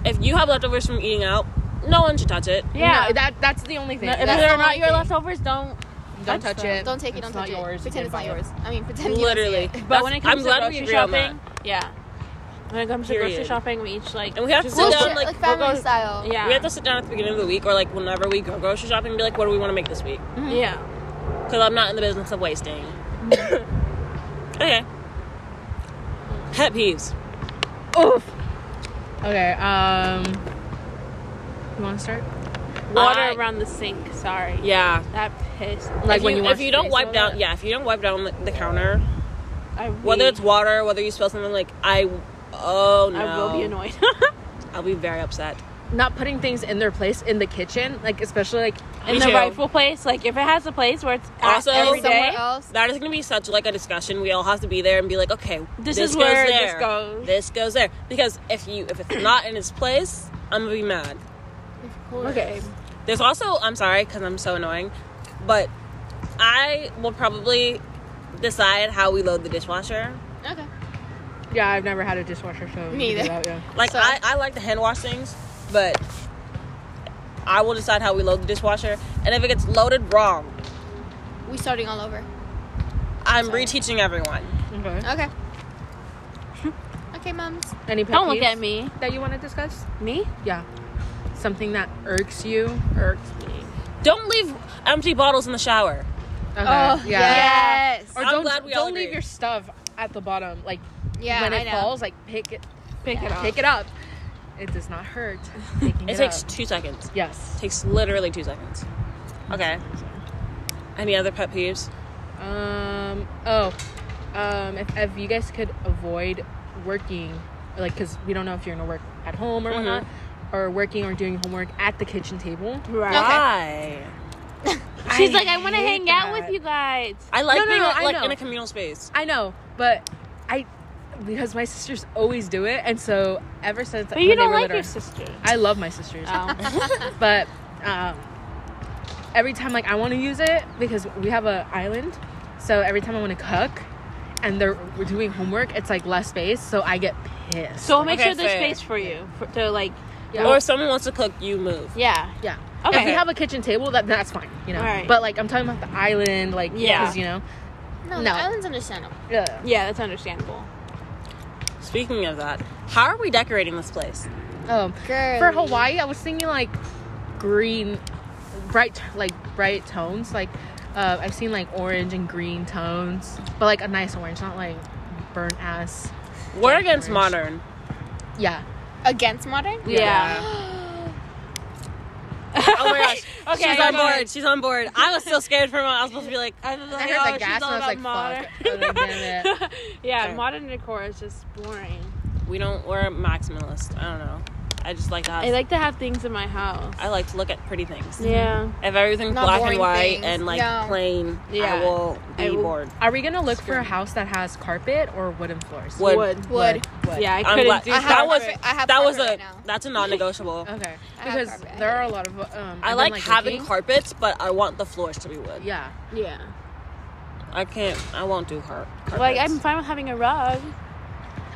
[SPEAKER 1] if you have leftovers from eating out, no one should touch it.
[SPEAKER 4] Yeah.
[SPEAKER 3] No, that that's the only thing.
[SPEAKER 4] No, if
[SPEAKER 3] That's-
[SPEAKER 4] they're
[SPEAKER 2] the
[SPEAKER 4] not
[SPEAKER 2] only
[SPEAKER 4] your
[SPEAKER 2] thing.
[SPEAKER 4] leftovers, don't.
[SPEAKER 3] don't
[SPEAKER 4] that's
[SPEAKER 3] touch
[SPEAKER 4] the-
[SPEAKER 3] it.
[SPEAKER 2] don't take it.
[SPEAKER 3] It's
[SPEAKER 2] Don't
[SPEAKER 3] not
[SPEAKER 2] touch
[SPEAKER 3] yours.
[SPEAKER 2] it. Pretend
[SPEAKER 3] You can
[SPEAKER 2] it's not
[SPEAKER 3] buy it.
[SPEAKER 2] yours. I mean, pretend.
[SPEAKER 1] Literally.
[SPEAKER 2] You don't see it.
[SPEAKER 4] But when it
[SPEAKER 1] That's-
[SPEAKER 4] comes
[SPEAKER 1] I'm
[SPEAKER 4] to
[SPEAKER 1] glad we agree
[SPEAKER 4] grocery
[SPEAKER 1] on
[SPEAKER 4] shopping, yeah, when it comes to grocery
[SPEAKER 1] Period.
[SPEAKER 4] shopping, we each like
[SPEAKER 1] And we have
[SPEAKER 4] just
[SPEAKER 1] to
[SPEAKER 4] go
[SPEAKER 1] sit
[SPEAKER 2] Bullshit,
[SPEAKER 1] down,
[SPEAKER 2] like,
[SPEAKER 1] like, we'll
[SPEAKER 2] family
[SPEAKER 1] go-
[SPEAKER 2] style.
[SPEAKER 4] Yeah.
[SPEAKER 1] We have to sit down at the beginning of the week or like whenever we go grocery shopping and be like, what do we want to make this week?
[SPEAKER 4] Mm-hmm. Yeah.
[SPEAKER 1] Because I'm not in the business of wasting.
[SPEAKER 4] Mm-hmm.
[SPEAKER 1] okay. Pet peeves.
[SPEAKER 3] Okay. Um. You want to start?
[SPEAKER 4] Water
[SPEAKER 1] I-
[SPEAKER 4] around the sink. Sorry.
[SPEAKER 1] Yeah.
[SPEAKER 4] That pissed.
[SPEAKER 3] Like
[SPEAKER 1] if
[SPEAKER 3] when
[SPEAKER 1] you,
[SPEAKER 3] you wash
[SPEAKER 1] if you
[SPEAKER 3] your
[SPEAKER 1] don't
[SPEAKER 3] face
[SPEAKER 1] wipe
[SPEAKER 3] and all
[SPEAKER 1] down, yeah, if you don't wipe down the, the counter,
[SPEAKER 4] I
[SPEAKER 1] whether
[SPEAKER 4] really-
[SPEAKER 1] it's water, whether you spill something, like I, oh no,
[SPEAKER 4] I will be annoyed.
[SPEAKER 1] I'll be very upset.
[SPEAKER 3] Not putting things in their place in the kitchen, like especially like
[SPEAKER 1] Me
[SPEAKER 4] In the
[SPEAKER 1] too.
[SPEAKER 4] rightful place, like if it has a place where it's at
[SPEAKER 1] Also-
[SPEAKER 4] every
[SPEAKER 2] Every somewhere
[SPEAKER 4] day,
[SPEAKER 2] else.
[SPEAKER 1] That is gonna be such like a discussion. We all have to be there and be like, okay,
[SPEAKER 4] This is
[SPEAKER 1] goes
[SPEAKER 4] where this
[SPEAKER 1] there.
[SPEAKER 4] goes.
[SPEAKER 1] This goes there because if you if it's not in its place, I'm gonna be mad.
[SPEAKER 2] Okay.
[SPEAKER 1] There's also, I'm sorry because I'm so annoying, but I will probably decide how we load the dishwasher.
[SPEAKER 2] Okay.
[SPEAKER 3] yeah, I've never had a dishwasher, so
[SPEAKER 2] Me
[SPEAKER 3] you can do
[SPEAKER 2] either.
[SPEAKER 3] that, yeah.
[SPEAKER 1] Like
[SPEAKER 2] So-
[SPEAKER 1] I, I like to hand wash things, but I will decide how we load the dishwasher. And if it gets loaded wrong,
[SPEAKER 2] We starting all over.
[SPEAKER 1] I'm reteaching everyone.
[SPEAKER 3] Okay.
[SPEAKER 2] Okay. okay, moms.
[SPEAKER 3] Any pet
[SPEAKER 4] don't look
[SPEAKER 3] peeves
[SPEAKER 4] at me.
[SPEAKER 3] that you want to discuss?
[SPEAKER 4] Me?
[SPEAKER 3] Yeah. Something that irks you. Irks me.
[SPEAKER 1] Don't leave empty bottles in the shower.
[SPEAKER 3] Okay.
[SPEAKER 2] Oh,
[SPEAKER 3] yeah.
[SPEAKER 2] yes.
[SPEAKER 3] Or
[SPEAKER 1] I'm
[SPEAKER 3] don't
[SPEAKER 1] glad we all
[SPEAKER 3] don't leave
[SPEAKER 1] agree.
[SPEAKER 3] your stuff at the bottom. Like
[SPEAKER 2] Yeah,
[SPEAKER 3] when
[SPEAKER 2] I
[SPEAKER 3] it
[SPEAKER 2] know.
[SPEAKER 3] falls, like pick it
[SPEAKER 4] Pick it up.
[SPEAKER 3] pick it up. It does not hurt. Picking
[SPEAKER 1] It
[SPEAKER 3] it,
[SPEAKER 1] takes
[SPEAKER 3] up.
[SPEAKER 1] two seconds.
[SPEAKER 3] yes.
[SPEAKER 1] takes literally two seconds. Okay. Any other pet peeves?
[SPEAKER 3] Um. Oh. Um. If, if you guys could avoid working, like, cause we don't know if you're gonna work at home or
[SPEAKER 4] Mm-hmm.
[SPEAKER 1] Mhm.
[SPEAKER 3] whatnot, or working or doing homework at the kitchen table.
[SPEAKER 1] Why?
[SPEAKER 4] She's
[SPEAKER 3] I
[SPEAKER 4] like, I want to
[SPEAKER 3] hate
[SPEAKER 4] hang out
[SPEAKER 3] that.
[SPEAKER 4] with you guys.
[SPEAKER 1] I like
[SPEAKER 3] No, no,
[SPEAKER 1] being
[SPEAKER 3] no,
[SPEAKER 1] like,
[SPEAKER 3] I
[SPEAKER 1] like,
[SPEAKER 3] know.
[SPEAKER 1] in a communal space.
[SPEAKER 3] I know, but I because my sisters always do it, and so ever since
[SPEAKER 4] But
[SPEAKER 3] when
[SPEAKER 4] you
[SPEAKER 3] they
[SPEAKER 4] don't
[SPEAKER 3] were
[SPEAKER 4] like your
[SPEAKER 3] littler-
[SPEAKER 4] sister.
[SPEAKER 3] I love my sisters,
[SPEAKER 4] Oh.
[SPEAKER 3] but um, every time like I want to use it because we have a island, so every time I want to cook, and they're we're doing homework, it's like less space, so I get pissed.
[SPEAKER 4] so make
[SPEAKER 1] Okay,
[SPEAKER 4] sure there's
[SPEAKER 1] fair.
[SPEAKER 4] space for you. For, to like,
[SPEAKER 3] Yeah.
[SPEAKER 1] Or if someone wants to cook, you move.
[SPEAKER 4] yeah.
[SPEAKER 3] Yeah.
[SPEAKER 4] Okay.
[SPEAKER 3] If you have a kitchen table, that that's fine, you know.
[SPEAKER 4] Alright.
[SPEAKER 3] But like I'm talking about the island, like
[SPEAKER 4] Yeah.
[SPEAKER 3] 'cause, you know.
[SPEAKER 2] No,
[SPEAKER 3] No.
[SPEAKER 2] the island's understandable.
[SPEAKER 3] Yeah.
[SPEAKER 4] Yeah, that's understandable.
[SPEAKER 1] Speaking of that, how are we decorating this place?
[SPEAKER 3] Um,
[SPEAKER 2] Girl.
[SPEAKER 3] for Hawaii, I was thinking like green, bright like bright tones. Like uh, I've seen like orange and green tones, but like a nice orange, not like burnt ass.
[SPEAKER 1] We're against modern.
[SPEAKER 3] Decoration. Yeah.
[SPEAKER 2] Against modern?
[SPEAKER 4] Yeah.
[SPEAKER 1] Oh my gosh.
[SPEAKER 4] Okay,
[SPEAKER 1] She's
[SPEAKER 4] I
[SPEAKER 1] on
[SPEAKER 4] got
[SPEAKER 1] board. She's on board. I was still scared for a moment. I was supposed to be like, I,
[SPEAKER 3] I heard
[SPEAKER 4] Oh,
[SPEAKER 3] the
[SPEAKER 4] she's
[SPEAKER 3] gas and
[SPEAKER 4] all
[SPEAKER 3] I was like,
[SPEAKER 4] about modern.
[SPEAKER 3] fuck. I was like, damn it.
[SPEAKER 4] yeah,
[SPEAKER 1] Okay.
[SPEAKER 4] modern decor is just boring.
[SPEAKER 1] we don't. We're maximalist. I don't know. I just like to have.
[SPEAKER 4] I like to have things in my house. Mm-hmm.
[SPEAKER 1] I like to look at pretty things.
[SPEAKER 4] Yeah.
[SPEAKER 1] If everything's
[SPEAKER 2] Not
[SPEAKER 1] black and
[SPEAKER 2] boring
[SPEAKER 1] white
[SPEAKER 2] things.
[SPEAKER 1] and like
[SPEAKER 2] No.
[SPEAKER 1] plain,
[SPEAKER 4] Yeah.
[SPEAKER 1] I will be
[SPEAKER 4] I will-
[SPEAKER 1] bored.
[SPEAKER 3] Are we gonna look for a house that has carpet or wooden floors?
[SPEAKER 1] Wood.
[SPEAKER 2] Wood.
[SPEAKER 3] Wood.
[SPEAKER 4] Yeah, I
[SPEAKER 1] I'm
[SPEAKER 4] couldn't
[SPEAKER 1] glad-
[SPEAKER 4] do
[SPEAKER 2] I
[SPEAKER 4] that.
[SPEAKER 2] have
[SPEAKER 1] that was
[SPEAKER 2] carpet. I have
[SPEAKER 1] that was a
[SPEAKER 2] carpet right now.
[SPEAKER 1] that's a non-negotiable.
[SPEAKER 3] Okay.
[SPEAKER 2] I have
[SPEAKER 3] Because
[SPEAKER 2] carpet.
[SPEAKER 3] there are a lot of. Um,
[SPEAKER 1] I
[SPEAKER 3] I've
[SPEAKER 1] like,
[SPEAKER 3] been,
[SPEAKER 1] having
[SPEAKER 3] looking.
[SPEAKER 1] carpets, but I want the floors to be wood.
[SPEAKER 3] Yeah.
[SPEAKER 4] Yeah.
[SPEAKER 1] I can't. I won't do car- carpets.
[SPEAKER 4] Like, I'm fine with having a rug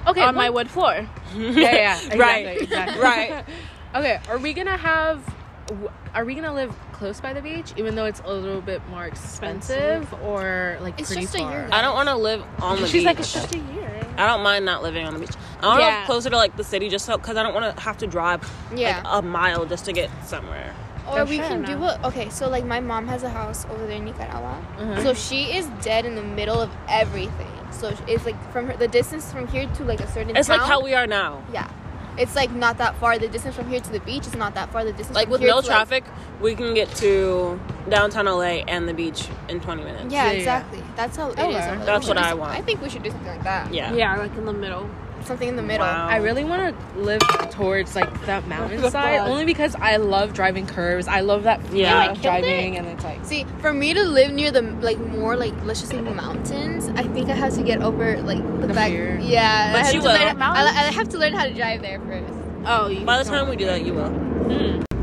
[SPEAKER 3] Okay.
[SPEAKER 4] on my
[SPEAKER 3] well-
[SPEAKER 4] wood floor.
[SPEAKER 3] Yeah, yeah, yeah.
[SPEAKER 1] Right.
[SPEAKER 3] Exactly, exactly.
[SPEAKER 1] right.
[SPEAKER 3] Okay, are we gonna have? w- Are we gonna live close by the beach, even though it's a little bit more expensive, or like
[SPEAKER 2] It's
[SPEAKER 3] pretty
[SPEAKER 2] just a
[SPEAKER 3] far?
[SPEAKER 2] year.
[SPEAKER 1] I don't want to live on the
[SPEAKER 4] She's
[SPEAKER 1] beach.
[SPEAKER 4] like, it's just a year.
[SPEAKER 1] I don't mind not living on the beach. I want to
[SPEAKER 4] Yeah.
[SPEAKER 1] live closer to like the city, just so because I don't want to have to drive
[SPEAKER 2] Yeah.
[SPEAKER 1] like a mile just to get somewhere.
[SPEAKER 2] Or
[SPEAKER 4] For
[SPEAKER 2] we
[SPEAKER 4] sure,
[SPEAKER 2] can do
[SPEAKER 4] no.
[SPEAKER 2] it. Okay, so like my mom has a house over there in Nicaragua.
[SPEAKER 1] Mm-hmm.
[SPEAKER 3] Uh-huh.
[SPEAKER 2] So she is dead in the middle of everything. So sh- it's like from her, the distance from here to like a certain.
[SPEAKER 1] It's like
[SPEAKER 2] town-
[SPEAKER 1] how we are now.
[SPEAKER 2] Yeah, it's like not that far. The distance from here to the beach is not that far. The distance
[SPEAKER 1] Like
[SPEAKER 2] from
[SPEAKER 1] with
[SPEAKER 2] here
[SPEAKER 1] no
[SPEAKER 2] to,
[SPEAKER 1] traffic, we can get to downtown LA and the beach in 20 minutes.
[SPEAKER 2] yeah,
[SPEAKER 3] Yeah, yeah.
[SPEAKER 2] exactly. That's how it is.
[SPEAKER 3] Okay.
[SPEAKER 2] over there.
[SPEAKER 1] That's
[SPEAKER 2] We should
[SPEAKER 1] what
[SPEAKER 2] do
[SPEAKER 1] I
[SPEAKER 2] some-
[SPEAKER 1] want.
[SPEAKER 2] I think we should do something like that.
[SPEAKER 1] Yeah.
[SPEAKER 4] Yeah, like in the middle.
[SPEAKER 2] Something in the middle.
[SPEAKER 1] Wow.
[SPEAKER 3] I really want to live towards like that mountain side,
[SPEAKER 4] fuck?
[SPEAKER 3] only because I love driving curves. I love that feeling
[SPEAKER 1] Yeah.
[SPEAKER 3] of
[SPEAKER 2] You know, I killed
[SPEAKER 3] driving, and it's like
[SPEAKER 2] See, for me to live near the like more like let's just say mountains, I think I have to get over like the,
[SPEAKER 3] The
[SPEAKER 2] back.
[SPEAKER 3] fear.
[SPEAKER 2] Yeah,
[SPEAKER 1] But
[SPEAKER 2] I have
[SPEAKER 1] you
[SPEAKER 2] to
[SPEAKER 1] will.
[SPEAKER 2] Learn, I, I have to learn how to drive there first.
[SPEAKER 4] Oh, you
[SPEAKER 1] By the time we do that, you will.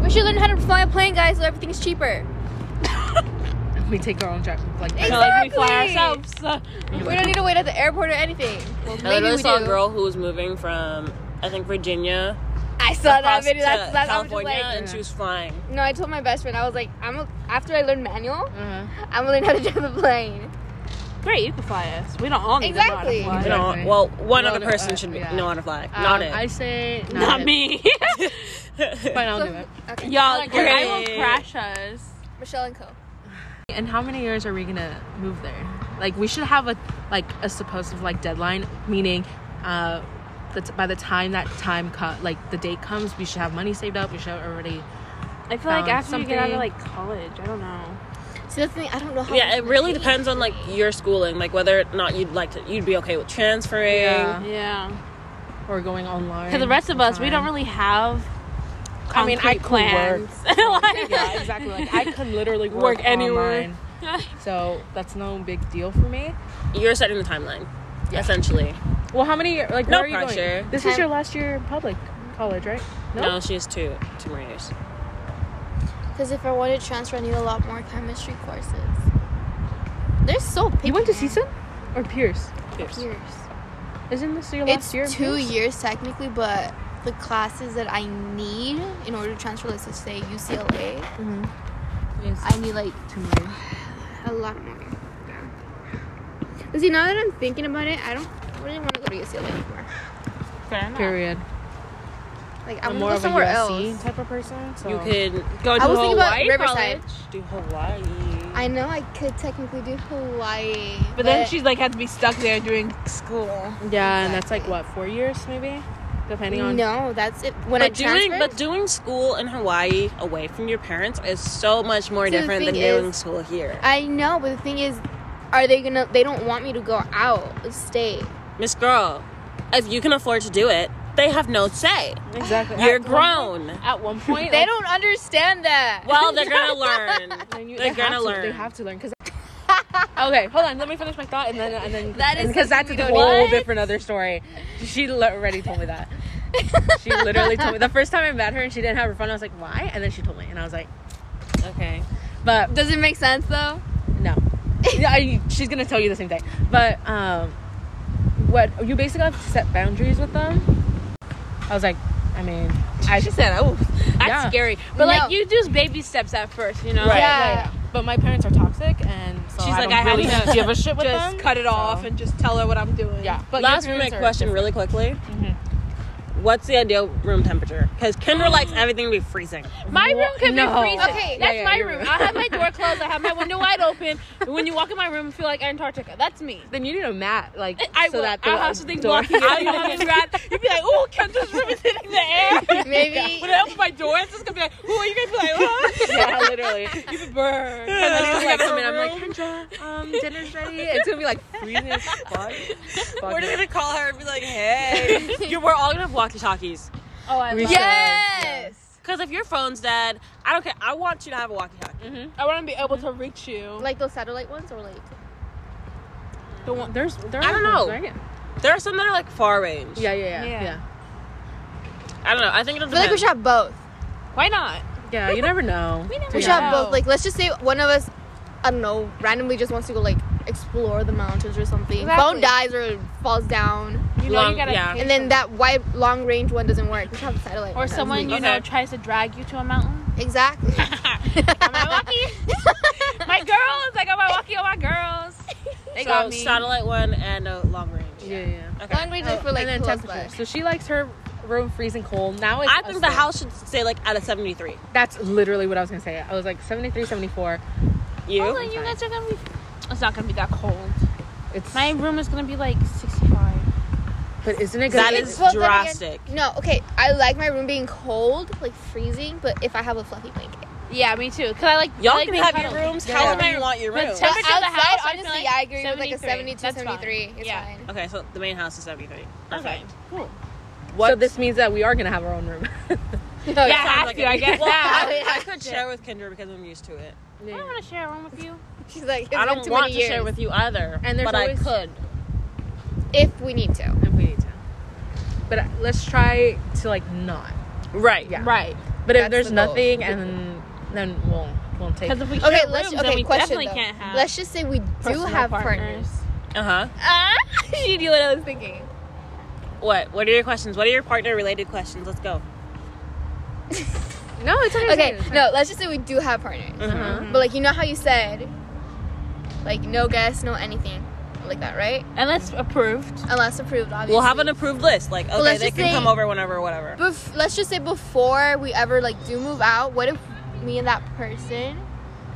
[SPEAKER 2] We should learn how to fly a plane, guys, so everything's cheaper.
[SPEAKER 3] we take our own drive. Like
[SPEAKER 2] Exactly.
[SPEAKER 4] So, like, we fly ourselves.
[SPEAKER 2] We don't need to wait at the airport or anything. Well,
[SPEAKER 1] I
[SPEAKER 2] maybe
[SPEAKER 1] literally
[SPEAKER 2] we
[SPEAKER 1] saw
[SPEAKER 2] do.
[SPEAKER 1] a girl who was moving from, I think Virginia,
[SPEAKER 2] I saw that
[SPEAKER 1] across
[SPEAKER 2] video.
[SPEAKER 1] to
[SPEAKER 2] That's, that's I'm just
[SPEAKER 1] California,
[SPEAKER 2] like.
[SPEAKER 1] and she was flying.
[SPEAKER 2] No, I told my best friend. I was like, I'm a, after I learn manual,
[SPEAKER 3] Uh-huh.
[SPEAKER 2] I'm gonna learn how to drive a plane.
[SPEAKER 4] Great, you can fly us. We don't all need
[SPEAKER 2] Exactly.
[SPEAKER 4] to know how to
[SPEAKER 1] You
[SPEAKER 4] fly.
[SPEAKER 3] Exactly.
[SPEAKER 1] know, well, one
[SPEAKER 3] Well,
[SPEAKER 1] other
[SPEAKER 3] no,
[SPEAKER 1] person
[SPEAKER 3] uh,
[SPEAKER 1] should be,
[SPEAKER 3] yeah.
[SPEAKER 1] know how to fly.
[SPEAKER 3] Um,
[SPEAKER 1] not it.
[SPEAKER 3] I say not,
[SPEAKER 4] Not
[SPEAKER 3] it,
[SPEAKER 4] me.
[SPEAKER 3] But I'll
[SPEAKER 2] So-
[SPEAKER 3] do it.
[SPEAKER 2] Okay.
[SPEAKER 4] Y'all,
[SPEAKER 1] Like,
[SPEAKER 4] I will
[SPEAKER 1] great.
[SPEAKER 4] crash us.
[SPEAKER 2] Michelle and Co.
[SPEAKER 3] And how many years are we gonna move there? Like we should have a like a supposed like deadline, meaning uh that by the time that time co- like the date comes, we should have money saved up. We should have already.
[SPEAKER 4] I feel like
[SPEAKER 3] Found
[SPEAKER 4] after you get out of
[SPEAKER 3] something.
[SPEAKER 4] like college, I don't know.
[SPEAKER 2] See, that's the thing. I don't know how.
[SPEAKER 1] yeah,
[SPEAKER 2] much
[SPEAKER 1] it really
[SPEAKER 2] money-
[SPEAKER 1] depends on like your schooling, like whether or not you'd like to, you'd be okay with transferring.
[SPEAKER 3] Yeah.
[SPEAKER 4] Yeah,
[SPEAKER 3] or going online.
[SPEAKER 4] because the rest of us, we don't
[SPEAKER 3] sometime.
[SPEAKER 4] really have.
[SPEAKER 3] I mean, I
[SPEAKER 4] concrete
[SPEAKER 3] could
[SPEAKER 4] plans. Like-
[SPEAKER 3] yeah, exactly. Like I can literally work,
[SPEAKER 4] Work anywhere.
[SPEAKER 3] online. so that's no big deal for me.
[SPEAKER 1] You're setting the timeline, essentially.
[SPEAKER 3] Well, how many? Like,
[SPEAKER 1] No
[SPEAKER 3] where are you
[SPEAKER 1] pressure.
[SPEAKER 3] going? This is your last year in public college, right?
[SPEAKER 1] No, she has two, two more years.
[SPEAKER 2] Because if I wanted to transfer, I need a lot more chemistry courses. They're so picky.
[SPEAKER 3] You went to
[SPEAKER 2] man.
[SPEAKER 3] CSUN or Pierce?
[SPEAKER 1] Years.
[SPEAKER 2] Years.
[SPEAKER 3] Isn't this your last
[SPEAKER 2] It's
[SPEAKER 3] year? in
[SPEAKER 2] two
[SPEAKER 3] Pierce?
[SPEAKER 2] years technically, but the classes that I need in order to transfer, let's just say UCLA, I need like
[SPEAKER 3] Two years.
[SPEAKER 2] a lot more. Yeah. But See, now that I'm thinking about it, I don't really want to go to UCLA anymore.
[SPEAKER 4] Fair enough.
[SPEAKER 3] Period.
[SPEAKER 2] Like, I'm
[SPEAKER 3] I'm
[SPEAKER 2] gonna
[SPEAKER 3] more
[SPEAKER 2] go
[SPEAKER 3] of a
[SPEAKER 2] somewhere
[SPEAKER 3] USC
[SPEAKER 2] else.
[SPEAKER 3] type of person. So
[SPEAKER 1] You could
[SPEAKER 4] Go to
[SPEAKER 2] I was thinking about
[SPEAKER 4] Hawaii
[SPEAKER 2] Riverside.
[SPEAKER 4] college.
[SPEAKER 1] do Hawaii.
[SPEAKER 2] I know I could technically do Hawaii,
[SPEAKER 4] But, then she's like had to be stuck there doing school.
[SPEAKER 3] Yeah, and that's like
[SPEAKER 2] Exactly.
[SPEAKER 3] what four years maybe, depending on.
[SPEAKER 2] no, that's it. When I
[SPEAKER 1] but doing
[SPEAKER 2] transferred,
[SPEAKER 1] but doing school in Hawaii away from your parents is so much more
[SPEAKER 2] See, the
[SPEAKER 1] different than
[SPEAKER 2] thing is-
[SPEAKER 1] doing school here.
[SPEAKER 2] I know. But the thing is, are they gonna? They don't want me to go out of state.
[SPEAKER 1] Miss girl, if you can afford to do it, they have no say.
[SPEAKER 3] Exactly.
[SPEAKER 1] You're
[SPEAKER 3] At one
[SPEAKER 1] grown.
[SPEAKER 3] point- At one point,
[SPEAKER 2] They
[SPEAKER 3] like,
[SPEAKER 2] don't understand that.
[SPEAKER 1] Well, they're gonna learn.
[SPEAKER 3] I knew-
[SPEAKER 1] They're
[SPEAKER 3] they
[SPEAKER 1] gonna
[SPEAKER 3] have to-
[SPEAKER 1] learn.
[SPEAKER 3] they have to learn because. okay, hold on. Let me finish my thought, and then and then
[SPEAKER 2] That is
[SPEAKER 3] because that's
[SPEAKER 2] something
[SPEAKER 3] a
[SPEAKER 2] we don't
[SPEAKER 3] whole
[SPEAKER 2] need.
[SPEAKER 3] different other story. She li- already told me that. she literally told me the first time I met her and she didn't have her phone. I was like, why? And then she told me, and I was like,
[SPEAKER 1] Okay.
[SPEAKER 3] but
[SPEAKER 2] Does it make sense though?
[SPEAKER 3] no. yeah, I, she's gonna tell you the same thing. But um, what you basically have to set boundaries with them. I was like, I mean, I
[SPEAKER 4] She said, "Oh, that's
[SPEAKER 3] Yeah.
[SPEAKER 4] scary." But
[SPEAKER 2] No.
[SPEAKER 4] like, you do baby steps at first, you know.
[SPEAKER 1] Right.
[SPEAKER 2] Yeah.
[SPEAKER 3] But my parents are toxic, and so
[SPEAKER 1] She's
[SPEAKER 3] I
[SPEAKER 1] like,
[SPEAKER 3] don't
[SPEAKER 1] I had
[SPEAKER 3] really
[SPEAKER 1] to
[SPEAKER 3] give a shit with
[SPEAKER 4] Just
[SPEAKER 3] them.
[SPEAKER 4] cut it off
[SPEAKER 3] so-
[SPEAKER 4] and just tell her what I'm doing.
[SPEAKER 3] yeah. But your
[SPEAKER 1] Last
[SPEAKER 3] parents
[SPEAKER 1] roommate
[SPEAKER 3] are
[SPEAKER 1] question,
[SPEAKER 3] different.
[SPEAKER 1] really quickly.
[SPEAKER 4] Mm-hmm.
[SPEAKER 1] What's the ideal room temperature? Because Kendra likes
[SPEAKER 4] Um,
[SPEAKER 1] everything to be freezing.
[SPEAKER 4] My room can
[SPEAKER 3] No.
[SPEAKER 4] be freezing.
[SPEAKER 2] Okay.
[SPEAKER 4] That's
[SPEAKER 3] Yeah, yeah,
[SPEAKER 4] my
[SPEAKER 3] you're
[SPEAKER 4] room.
[SPEAKER 3] right.
[SPEAKER 4] I have my door closed. I have my window wide open. When you walk in my room, you feel like Antarctica. That's me.
[SPEAKER 3] Then you need a mat, like
[SPEAKER 4] I
[SPEAKER 3] so
[SPEAKER 4] will.
[SPEAKER 3] that the
[SPEAKER 4] I also think
[SPEAKER 3] door-
[SPEAKER 4] walking out, you know, get grabbed. You'd be like, "Oh, Kendra's room is hitting the air."
[SPEAKER 2] Maybe.
[SPEAKER 4] When I open my door, it's just gonna be like, "Who are you gonna be like?" Oh,
[SPEAKER 3] yeah, literally.
[SPEAKER 4] you could burn.
[SPEAKER 3] And then she's like, come in, I'm like, Kendra, um, dinner's ready. It's gonna be like freezing as fuck. Fuck
[SPEAKER 1] We're just
[SPEAKER 3] it.
[SPEAKER 1] gonna call her and be like, hey. you, we're all gonna have walkie talkies.
[SPEAKER 4] "Oh, I
[SPEAKER 3] We
[SPEAKER 4] love.
[SPEAKER 3] should.
[SPEAKER 2] Yes.
[SPEAKER 1] Because if your phone's dead, I don't care. I want you to have a walkie talkie.
[SPEAKER 4] I want to be able to reach you."
[SPEAKER 2] Like those satellite ones, or like
[SPEAKER 3] The one- there's, there are
[SPEAKER 1] I don't
[SPEAKER 3] ones,
[SPEAKER 1] know.
[SPEAKER 3] right?
[SPEAKER 1] There are some that are like far range.
[SPEAKER 3] Yeah, yeah,
[SPEAKER 4] Yeah.
[SPEAKER 3] yeah, yeah.
[SPEAKER 1] I don't know. I think it'll
[SPEAKER 2] I feel like
[SPEAKER 1] depend.
[SPEAKER 2] we should have both.
[SPEAKER 4] Why not?
[SPEAKER 3] Yeah, you never know.
[SPEAKER 4] We never
[SPEAKER 2] We
[SPEAKER 3] Yeah.
[SPEAKER 2] should have
[SPEAKER 4] No.
[SPEAKER 2] both. Like, let's just say one of us, I don't know, randomly just wants to go like explore the mountains or something.
[SPEAKER 4] Exactly.
[SPEAKER 2] Phone dies or falls down,
[SPEAKER 4] You know,
[SPEAKER 1] Long-
[SPEAKER 4] you gotta.
[SPEAKER 1] yeah.
[SPEAKER 2] and then that wide long range one doesn't work. We should have the satellite.
[SPEAKER 4] Or
[SPEAKER 2] one.
[SPEAKER 4] someone you
[SPEAKER 1] Okay.
[SPEAKER 4] know tries to drag you to a mountain.
[SPEAKER 2] Exactly.
[SPEAKER 4] Am I walking? my girls, like, am I walking on my girls? They
[SPEAKER 1] so,
[SPEAKER 4] got me.
[SPEAKER 1] satellite one and a long range.
[SPEAKER 3] Yeah, yeah. Oh,
[SPEAKER 1] Okay.
[SPEAKER 2] long range is for like
[SPEAKER 3] and then
[SPEAKER 2] close
[SPEAKER 3] temperature.
[SPEAKER 2] by.
[SPEAKER 3] So she likes her room freezing cold. Now it's
[SPEAKER 1] I
[SPEAKER 3] us
[SPEAKER 1] think the
[SPEAKER 3] that-
[SPEAKER 1] house should stay like at a 73.
[SPEAKER 3] That's literally what I was gonna say. I was like 73, 74.
[SPEAKER 1] You?
[SPEAKER 4] Well, then you guys are gonna be. It's not gonna be that cold.
[SPEAKER 3] It's
[SPEAKER 4] My room is gonna be like 65.
[SPEAKER 3] but isn't it
[SPEAKER 1] That
[SPEAKER 3] gonna
[SPEAKER 1] is
[SPEAKER 2] Well, then again-
[SPEAKER 1] drastic.
[SPEAKER 2] No, okay. I like my room being cold, like freezing, but if I have a fluffy blanket.
[SPEAKER 4] Yeah, me too. Cause I like
[SPEAKER 1] Y'all
[SPEAKER 4] I like
[SPEAKER 1] can
[SPEAKER 4] being
[SPEAKER 1] have
[SPEAKER 4] cuddled.
[SPEAKER 1] your rooms
[SPEAKER 3] Yeah.
[SPEAKER 1] however you want your
[SPEAKER 4] But
[SPEAKER 1] room.
[SPEAKER 4] tell- Temperature
[SPEAKER 2] But
[SPEAKER 4] of the
[SPEAKER 2] outside,
[SPEAKER 4] house, I feel
[SPEAKER 2] honestly,
[SPEAKER 4] like
[SPEAKER 2] I agree with like a
[SPEAKER 4] 73.
[SPEAKER 2] 72,
[SPEAKER 4] That's fine.
[SPEAKER 2] 73. It's
[SPEAKER 4] Yeah.
[SPEAKER 2] fine.
[SPEAKER 1] okay, so the main house is 73.
[SPEAKER 4] Okay.
[SPEAKER 1] Perfect.
[SPEAKER 4] Cool.
[SPEAKER 1] What?
[SPEAKER 3] So this means that we are gonna have our own room.
[SPEAKER 2] No,
[SPEAKER 4] Yeah, I
[SPEAKER 2] it's
[SPEAKER 4] have
[SPEAKER 2] fine.
[SPEAKER 4] to, I guess.
[SPEAKER 1] Well,
[SPEAKER 4] Yeah.
[SPEAKER 1] I, I could share with Kendra because I'm used to it.
[SPEAKER 4] I don't want to share a room with you.
[SPEAKER 2] She's like, it's
[SPEAKER 1] I
[SPEAKER 2] been
[SPEAKER 1] don't
[SPEAKER 2] too
[SPEAKER 1] want
[SPEAKER 2] many
[SPEAKER 1] to share
[SPEAKER 2] years.
[SPEAKER 1] with you either.
[SPEAKER 3] And there's
[SPEAKER 1] but
[SPEAKER 3] always-
[SPEAKER 1] I could.
[SPEAKER 2] if we need to.
[SPEAKER 3] if we need to. But uh, let's try to like not.
[SPEAKER 1] Right.
[SPEAKER 3] Yeah.
[SPEAKER 4] Right.
[SPEAKER 3] But if
[SPEAKER 2] That's
[SPEAKER 3] there's
[SPEAKER 2] the goal.
[SPEAKER 3] nothing, and then we'll we'll take.
[SPEAKER 4] Because if we share
[SPEAKER 2] Okay,
[SPEAKER 4] rooms,
[SPEAKER 2] let's
[SPEAKER 4] then
[SPEAKER 2] okay.
[SPEAKER 4] we
[SPEAKER 2] question
[SPEAKER 4] definitely
[SPEAKER 2] though.
[SPEAKER 4] can't have.
[SPEAKER 2] Let's just say we do
[SPEAKER 4] personal
[SPEAKER 2] have partners.
[SPEAKER 1] Uh
[SPEAKER 5] Uh-huh.
[SPEAKER 1] huh.
[SPEAKER 2] Ah, you knew what I was thinking.
[SPEAKER 1] What? What are your questions? What are your partner related questions? Let's go.
[SPEAKER 3] no, it's okay. it's
[SPEAKER 2] Okay,
[SPEAKER 3] it's
[SPEAKER 2] no, let's just say we
[SPEAKER 5] Mm-hmm.
[SPEAKER 2] do have partners.
[SPEAKER 1] Mhm.
[SPEAKER 2] But like you know how you said, like no guests, no anything. like that, right?
[SPEAKER 4] Unless approved.
[SPEAKER 2] Unless approved, obviously.
[SPEAKER 5] We'll have an approved list. Like, okay,
[SPEAKER 2] let's
[SPEAKER 5] they
[SPEAKER 2] just
[SPEAKER 5] can
[SPEAKER 2] say-
[SPEAKER 5] come over whenever, whatever.
[SPEAKER 2] Bef- let's just say before we ever like do move out, what if me and that person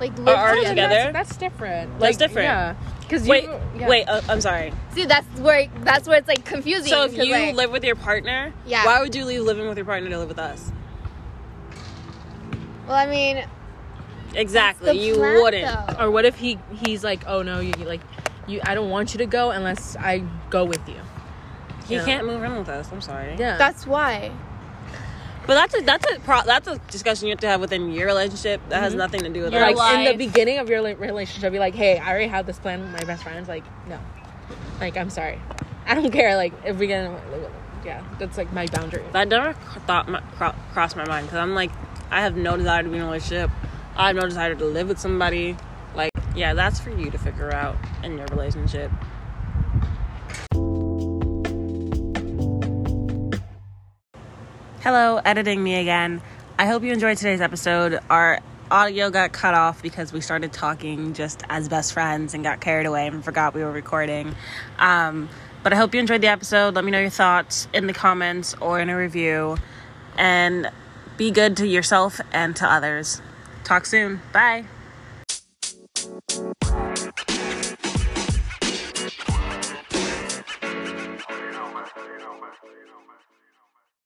[SPEAKER 2] like live
[SPEAKER 5] already
[SPEAKER 2] together?
[SPEAKER 5] together?
[SPEAKER 3] That's, that's different. Like,
[SPEAKER 5] different.
[SPEAKER 3] Yeah. Because
[SPEAKER 5] Wait,
[SPEAKER 3] yeah.
[SPEAKER 5] wait. Uh, I'm sorry.
[SPEAKER 2] See, that's where that's where it's like confusing.
[SPEAKER 5] So if
[SPEAKER 2] 'cause,
[SPEAKER 5] you
[SPEAKER 2] like,
[SPEAKER 5] live with your partner,
[SPEAKER 2] Yeah.
[SPEAKER 5] why would you leave living with your partner to live with us?
[SPEAKER 2] well, I mean,
[SPEAKER 5] Exactly.
[SPEAKER 2] the
[SPEAKER 5] You
[SPEAKER 2] plan,
[SPEAKER 5] wouldn't.
[SPEAKER 2] though.
[SPEAKER 3] Or what if he he's like, oh no, you you, like, you. I don't want you to go unless I go with you.
[SPEAKER 5] He
[SPEAKER 3] Yeah.
[SPEAKER 5] can't move in with us. I'm sorry.
[SPEAKER 3] Yeah.
[SPEAKER 2] That's why.
[SPEAKER 5] But that's a that's a pro- that's a discussion you have to have within your relationship. That has nothing to do with
[SPEAKER 4] You're
[SPEAKER 5] us.
[SPEAKER 3] like in the
[SPEAKER 4] life.
[SPEAKER 3] beginning of your rela- relationship, be like, hey, I already have this plan with my best friends. Like, no, like I'm sorry, I don't care. Like if we get, in- yeah, that's like my boundary.
[SPEAKER 5] That never c- thought my, cro- crossed my mind because I'm like, I have no desire to be in a relationship. I have no desire to live with somebody. Like, yeah, that's for you to figure out in your relationship.
[SPEAKER 1] Hello, editing me again. I hope you enjoyed today's episode. Our audio got cut off because we started talking just as best friends and got carried away and forgot we were recording. Um, but I hope you enjoyed the episode. Let me know your thoughts in the comments or in a review. And be good to yourself and to others. Talk soon. Bye.